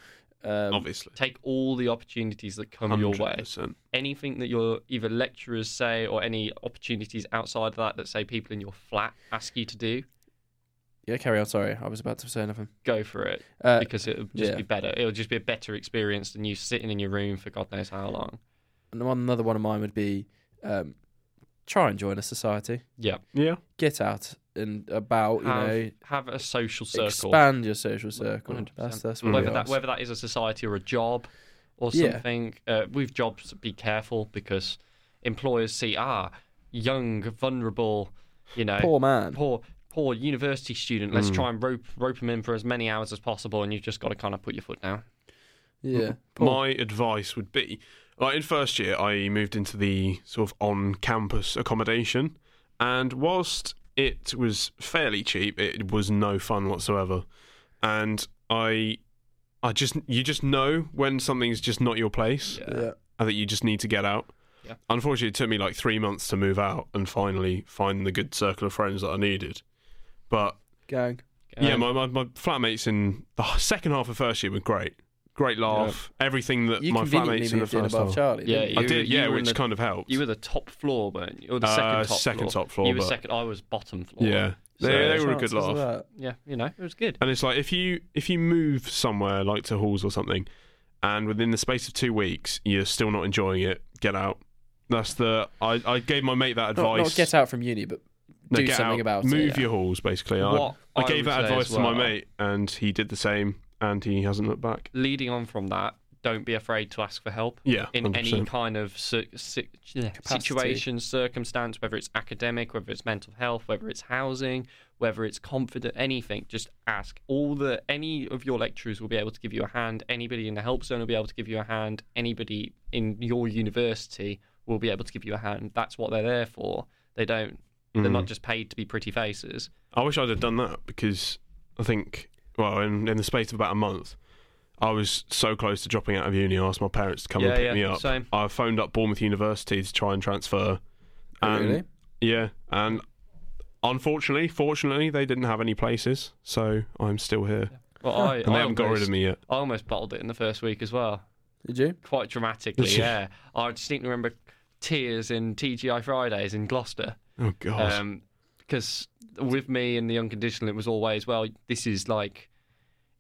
Um, Obviously, Take all the opportunities that come your way. 100%. Anything that your either lecturers say or any opportunities outside of that that say people in your flat ask you to do, yeah, carry on. Sorry, I was about to say nothing. go for it. Uh, because it'll just yeah. be better. It'll just be a better experience than you sitting in your room for God knows how long. and one, another one of mine would be um, try and join a society. Yeah, Yeah, Get out and about. You have, know, have a social circle, expand your social circle. 100%. That's that's what whether we that ask. whether that is a society or a job or Yeah. something. Uh, with jobs, be careful because employers see ah young, vulnerable, you know, Poor Mm. man. poor poor university student. Let's try and rope rope them in for as many hours as possible, and you've just got to kind of put your foot down. Yeah. my advice would be like in first year i moved into the sort of on campus accommodation and whilst it was fairly cheap it was no fun whatsoever and i i just you just know when something's just not your place Yeah. and that you just need to get out Yeah. unfortunately it took me like three months to move out and finally find the good circle of friends that i needed but Gang. yeah, Um, my, my, my flatmates in the h- second half of first year were great. Great laugh. Everything that You my conveniently flatmates in the moved in first above half. Charlie. Yeah, didn't you? I You- did, you yeah, were in which the- kind of helped. You were the top floor, weren't you? Or the Uh, second top second floor. top floor, You were but- second. I was bottom floor. yeah, they, So- they were a good Chances of laugh. that. yeah, you know, it was good. And it's like if you if you move somewhere like to halls or something, and within the space of two weeks you're still not enjoying it, get out. That's the I, I gave my mate that Not- Not, advice. get out from uni, but No, do get something out, about move it. your halls basically. What I, I I gave would that say advice as to my well- mate, and he did the same, and he hasn't looked back. Leading on from that, don't be afraid to ask for help Yeah, in 100%. any kind of cir- si- yeah, Capacity. situation, circumstance, whether it's academic, whether it's mental health, whether it's housing, whether it's confident, anything. Just ask. All the any of your lecturers will be able to give you a hand. Anybody in the help zone will be able to give you a hand. Anybody in your university will be able to give you a hand. That's what they're there for. They don't. They're Mm. not just paid to be pretty faces. I wish I'd have done that because I think, well, in, in the space of about a month, I was so close to dropping out of uni. I asked my parents to come and Yeah, pick yeah, me up. same. I phoned up Bournemouth University to try and transfer. Oh, And, really? Yeah, and unfortunately, fortunately, they didn't have any places, so I'm still here. Well, I, And they haven't got rid of me yet. I almost bottled it in the first week as well. Did you? Quite dramatically, yeah. I distinctly remember tears in TGI Fridays in Gloucester. Oh god. um, Because with me and the unconditional, it was always, well, this is like,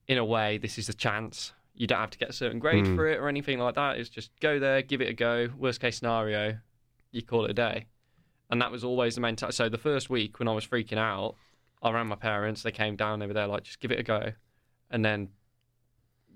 in a way, this is a chance. You don't have to get a certain grade Hmm. for it or anything like that. It's just go there, give it a go. Worst case scenario, you call it a day. And that was always the mentality. So the first week when I was freaking out, I ran my parents. They came down. They were there like, just give it a go. And then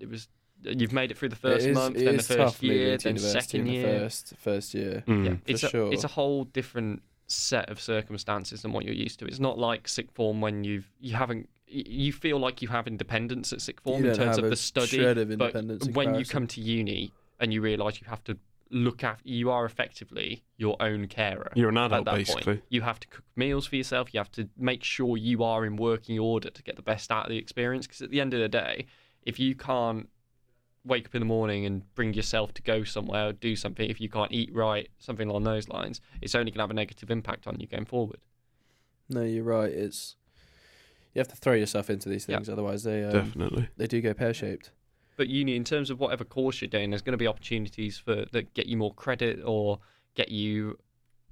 it was you've made it through the first it is, month, it then the is first tough moving year, to then university second in year. the first first year. Mm. Yeah, it's a, sure. it's a whole different set of circumstances than what you're used to. It's not like sick form when you've you haven't y- you feel like you have independence at sick form You in don't terms have of a the study, shred of but independence in when you comparison. come to uni and you realise you have to look after, you are effectively your own carer. You're an at adult, that basically. point, you have to cook meals for yourself. You have to make sure you are in working order to get the best out of the experience. Because at the end of the day, if you can't wake up in the morning and bring yourself to go somewhere or do something, if you can't eat right, something along those lines, it's only going to have a negative impact on you going forward. No, you're right. It's you have to throw yourself into these Yeah. things, otherwise they um, Definitely. they do go pear shaped. But uni, in terms of whatever course you're doing, there's going to be opportunities for that get you more credit or get you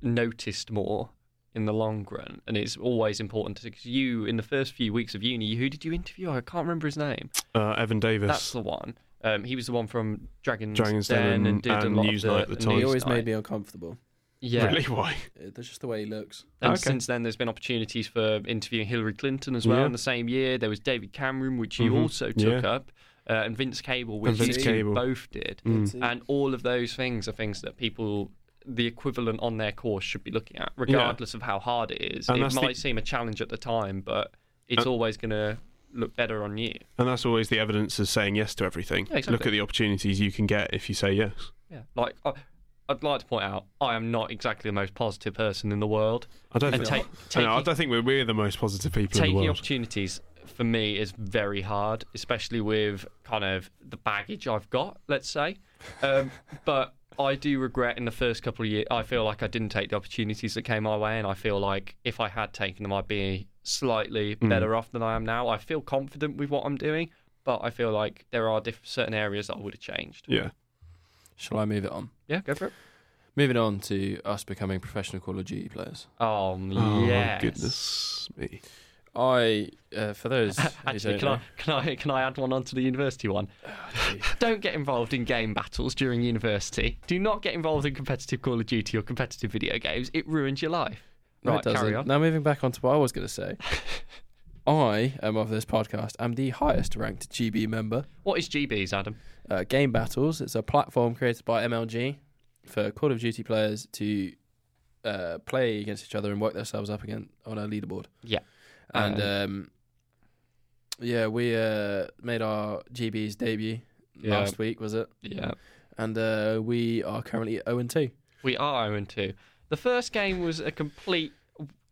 noticed more in the long run. And it's always important because you, in the first few weeks of uni, who did you interview? I can't remember his name. Uh, Evan Davis. That's the one. Um, he was the one from Dragon's, Dragon's Den, Den and did and a lot Newsnight of at the, the the time. He Nice always Newsnight. made me uncomfortable. yeah. Really? *laughs* Why? It- That's just the way he looks. And Okay. since then, there's been opportunities for interviewing Hillary Clinton as well. Yeah. In the same year, there was David Cameron, which you Mhm. also took Yeah. up, uh, and Vince Cable, which Vince you two Cable. Mm. both did. That's it. And all of those things are things that people, the equivalent on their course, should be looking at, regardless of how hard it is. And it that's the- might seem a challenge at the time, but it's always going to look better on you. And that's always the evidence of saying yes to everything. Yeah, exactly. Look at the opportunities you can get if you say yes. Yeah. Like, I, I'd like to point out, I am not exactly the most positive person in the world. I don't And think. take, I know, I taking- don't think we're, we're the most positive people in the taking world. opportunities for me is very hard, especially with kind of the baggage I've got, let's say. Um, *laughs* but I do regret in the first couple of years, I feel like I didn't take the opportunities that came my way. And I feel like if I had taken them, I'd be slightly Mm. better off than I am now. I feel confident with what I'm doing, but I feel like there are diff- certain areas that I would have changed. yeah. Shall I move it on? Yeah, go for it. Moving on to us becoming professional Call of Duty players. Oh, Oh, yes. goodness me. I, uh, for *laughs* those who *laughs* don't Actually, can I, know- can I can I add one onto the university *sighs* one? Oh, Don't get involved in game battles during university. Do not get involved in competitive Call of Duty or competitive video games. It ruins your life. No, it right, carry doesn't. on. Now moving back on to what I was going to *laughs* say. I am of this podcast. I'm the highest ranked GB member. What is GBs, Adam? uh, Game Battles. It's a platform created by MLG for Call of Duty players to uh, play against each other and work themselves up again on a leaderboard. Yeah. Uh-huh. And um, yeah, we uh, made our GB's debut Yeah. last week, was it? Yeah, And uh, we are currently 0 and 2. we are 0 2. The first game was a complete.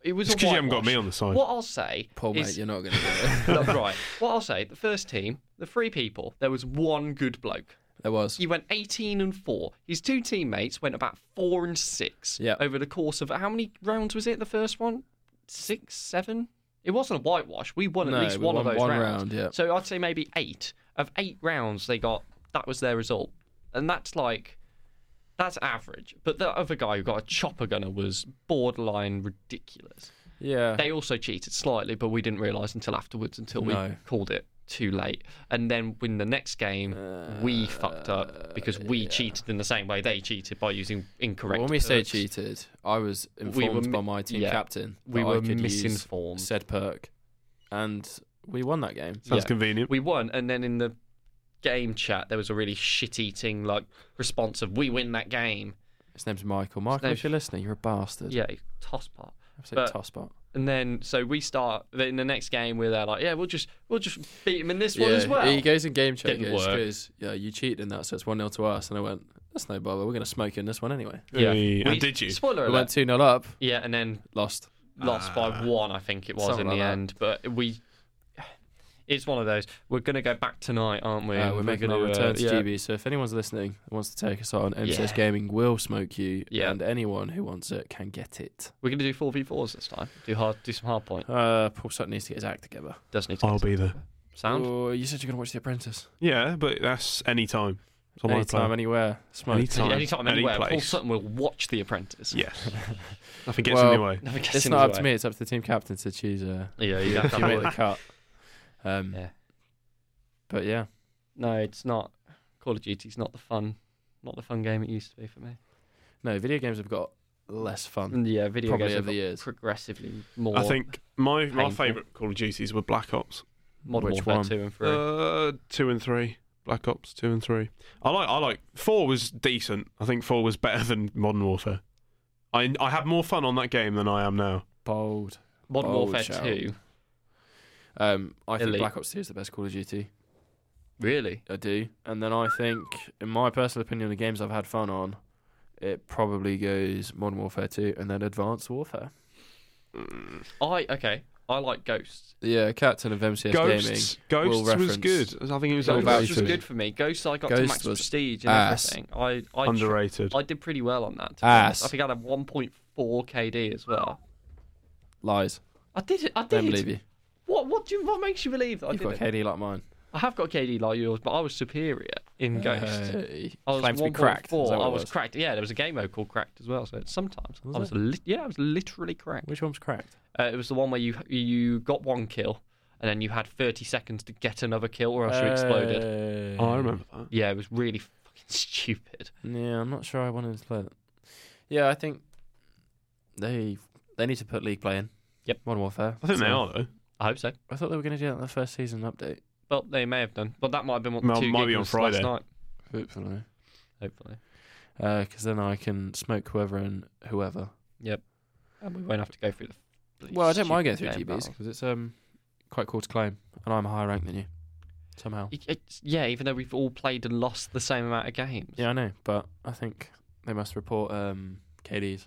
It was It's a because you haven't got whitewash. me on the side. What I'll say Paul, is mate, *laughs* you're not going to get it. *laughs* No, right. What I'll say, the first team, the three people, there was one good bloke. There was. He went 18 and 4. His two teammates went about 4 and 6 Yeah. over the course of how many rounds was it the first one? 6 7. It wasn't a whitewash. We won at No, least we one of won those one rounds. round, yeah. So I'd say maybe 8 of 8 rounds they got that was their result. And that's like that's average. But the other guy who got a chopper gunner was borderline ridiculous. Yeah. They also cheated slightly, but we didn't realise until afterwards, until we No. called it too late. And then in the next game, Uh, we fucked up because we cheated in the same way they cheated by using incorrect. When we say perks. cheated, I was informed were mi- by my team yeah. captain. we that I were could use misinformed. Said perk. And we won that game. Sounds yeah. convenient. We won, and then in the game chat, there was a really shit-eating like response of "We win that game." His name's Michael. Michael, name's- if you're listening, you're a bastard. Yeah, toss pot. Absolute but- tosspot. And then so we start in the next game. We're there like, yeah, we'll just we'll just beat him in this one as well. He goes in game check. Didn't goes, work. goes, yeah, you cheated in that, so it's 1 0 to us. And I went, that's no bother. We're going to smoke you in this one anyway. yeah, Hey, We- and Oh, did you? Spoiler We went alert. 2 0 up, Yeah, and then lost. lost by one, I think it was Ah, something in the like that. end. But we, it's one of those. We're gonna go back tonight, aren't we? Uh, we're making gonna, our uh, return to yeah. GB. So if anyone's listening and wants to take us on, MCS Yeah. Gaming will smoke you, Yeah. and anyone who wants it can get it. We're gonna do four v fours this time. Do hard, do some hard point. Uh, Paul Sutton needs to get his act together. Does need to I'll get be there. sound. Oh, you said you're going to watch The Apprentice. Yeah, but that's any time. It's on my Anytime, plan. anywhere. Smoke. Anytime. Yeah, Anytime, Any anywhere. Paul place. Sutton will watch The Apprentice. Yes. Nothing gets Well- in the way. *laughs* Never gets It's in not his up to way. me, it's up to the team captain to choose uh, Yeah, you have if you make to the cut. Um, Yeah. But yeah, No, it's not. Call of Duty's not the fun, not the fun game it used to be for me. No, video games have got less fun. And yeah, video Probably games over the have got years. progressively more. I think my my painful. favourite Call of Duties were Black Ops Modern Which Warfare one? two and three. uh, two and three. Black Ops two and three. I like I like four was decent. I think four was better than Modern Warfare. I I had more fun on that game than I am now. Bold. Modern Bold Warfare shout. two. Um, I think Elite. Black Ops 2 is the best Call of Duty. Really? I do. And then I think, in my personal opinion, the games I've had fun on, it probably goes Modern Warfare 2 and then Advanced Warfare. I okay. I like Ghosts. Yeah, Captain of MCS Gaming. Ghosts will Ghosts was reference- good. I think it was Ghosts underrated. Ghosts was good for me. Ghosts I got to Ghosts max was prestige and ass. everything. I I, underrated. I did pretty well on that. to be Ass. honest. I think I had a 1.4 KD as well. Lies. I did it. I did. Don't believe you. What what do you, what makes you believe that I You've did got it? KD like mine. I have got KD like yours, but I was superior in Ghosts. Hey. I was Claimed Uh, to be 1.4. cracked. Is that what I it was, was? cracked. Yeah, there was a game mode called cracked as well. So sometimes Was I was there? li- yeah, I was literally cracked. Which one's cracked? Uh, it was the one where you you got one kill and then you had 30 seconds to get another kill or else Uh, you exploded. Hey. Oh, I remember that. Yeah, it was really fucking *laughs* stupid. Yeah, I'm not sure I wanted to play it. Yeah, I think they they need to put League Play in. Yep. Modern Warfare. I think they So- are though. I hope so. I thought they were going to do that in the first season update. Well, they may have done, but that might have been what the Well, two might gig be on was Friday. last night. Hopefully. Hopefully, Because Uh, then I can smoke whoever and whoever. and we won't have to go through the. bloody Well, I don't mind going through stupid game TBs battle. because it's um quite cool to claim, and I'm a higher rank than you somehow. It- it's- yeah, even though we've all played and lost the same amount of games. Yeah, I know, but I think they must report um KDs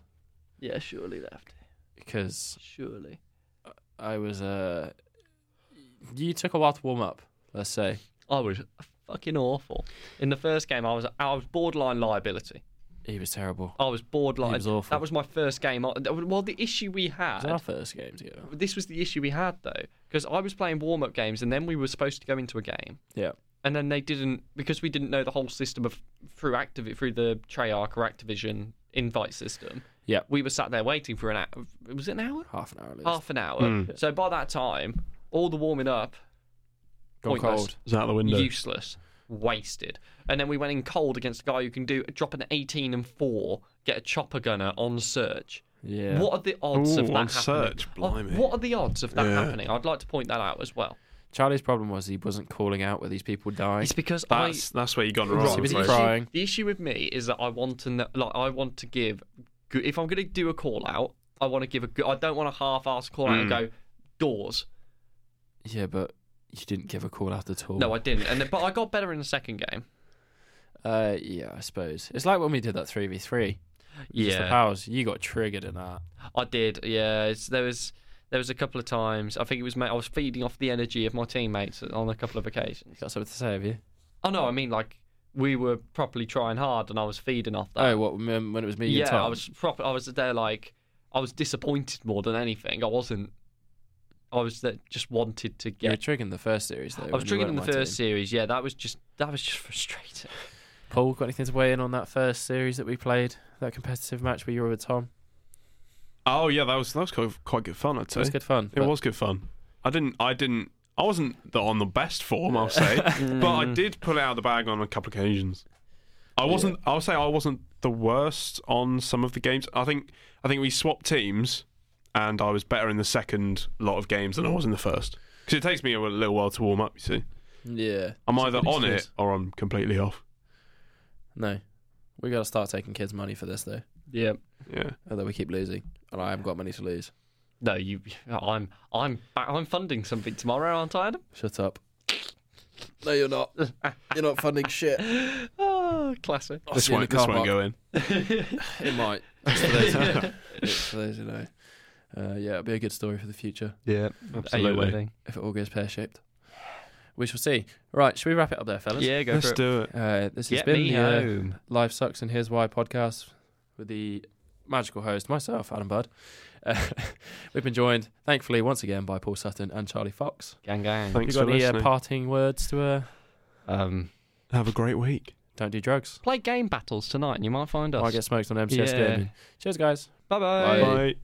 yeah, surely left. because Surely. I was uh you took a while to warm up. Let's say I was fucking awful. In the first game, I was I was borderline liability. he was terrible. I was borderline. He was awful. That was my first game. I- that was- Well, the issue we It was our had. first game together. This was the issue we had though, because I was playing warm up games and then we were supposed to go into a game. Yeah. And then they didn't because we didn't know the whole system of through Activ- through the Treyarch or Activision invite system. Yeah. We were sat there waiting for an hour. Was it an hour? Half an hour. at least. Half an hour. Mm. So by that time, all the warming up Got pointless. cold. Is that the window? useless, wasted. And then we went in cold against a guy who can do drop an 18 and 4, get a chopper gunner on search. Yeah. What are the odds of Ooh, that on happening? search, Oh, blimey. What are the odds of that Yeah. happening? I'd like to point that out as well. Charlie's problem was he wasn't calling out where these people dying. It's because I That's that's where you gone wrong. He was mate. crying. The issue with me is that I want to know, like I want to give go- if I'm going to do a call out, I want to give a good I don't want a half-ass call out and Mm. go doors. Yeah, but you didn't give a call out at all. No, I didn't. And then, but I got better in the second game. Uh, yeah, I suppose it's like when we did that three v three. Just the powers. You got triggered in that. I did. Yeah, it's, there was there was a couple of times. I think it was ma- I was feeding off the energy of my teammates on a couple of occasions. You got something to say, have you? Oh no, I mean like we were properly trying hard, and I was feeding off that. Oh, what when when it was me and yeah, Tom? I was proper. I was there like I was disappointed more than anything. I wasn't. I was that just wanted to You were get. triggering the first series though. I when was you drinking in the weren't my first team. series. Yeah, that was just that was just *laughs* frustrating. Paul, got anything to weigh in on that first series that we played? That competitive match where you were with Tom. Oh yeah, that was that was quite, quite good fun. I'd It say was good fun. It was good fun. I didn't. I didn't. I wasn't the, on the best form, *laughs* I'll say, but I Mm. did pull it out of the bag on a couple of occasions. I wasn't. I'll say I wasn't the worst on some of the games. I think. I think we swapped teams, and I was better in the second lot of games than I was in the first. Because it takes me a little while to warm up. You see, Yeah. I'm It's a either good on it excuse. or I'm completely off. No, we got to start taking kids' money for this though. Yeah. Yeah. Although we keep losing, and I haven't got money to lose. No, you. I'm. I'm. Back, I'm funding something tomorrow, aren't *laughs* I? Adam? Shut up. No, you're not. You're not funding *laughs* shit. Oh, *laughs* classic. This see you in won't. the This car won't park. go in. It might. It's for those, *laughs* it's for those who know. Uh, yeah, it'll be a good story for the future Yeah. Absolutely. Absolutely. if it all goes pear shaped. We shall see. Right, should we wrap it up there, fellas? Yeah, go Let's for it. do it. Uh, this has Get been me the uh, home. Life Sucks and Here's Why podcast with the magical host, myself, Adam Budd. *laughs* Uh, we've been joined, thankfully, once again by Paul Sutton and Charlie Fox. Gang gang. You Thanks for got any uh, listening. parting words to uh, Um, Have a great week. don't do drugs? play game battles tonight, and you might find us. Or I get smoked on MCS Yeah. Gaming. Cheers, guys. Bye. Bye-bye. Bye.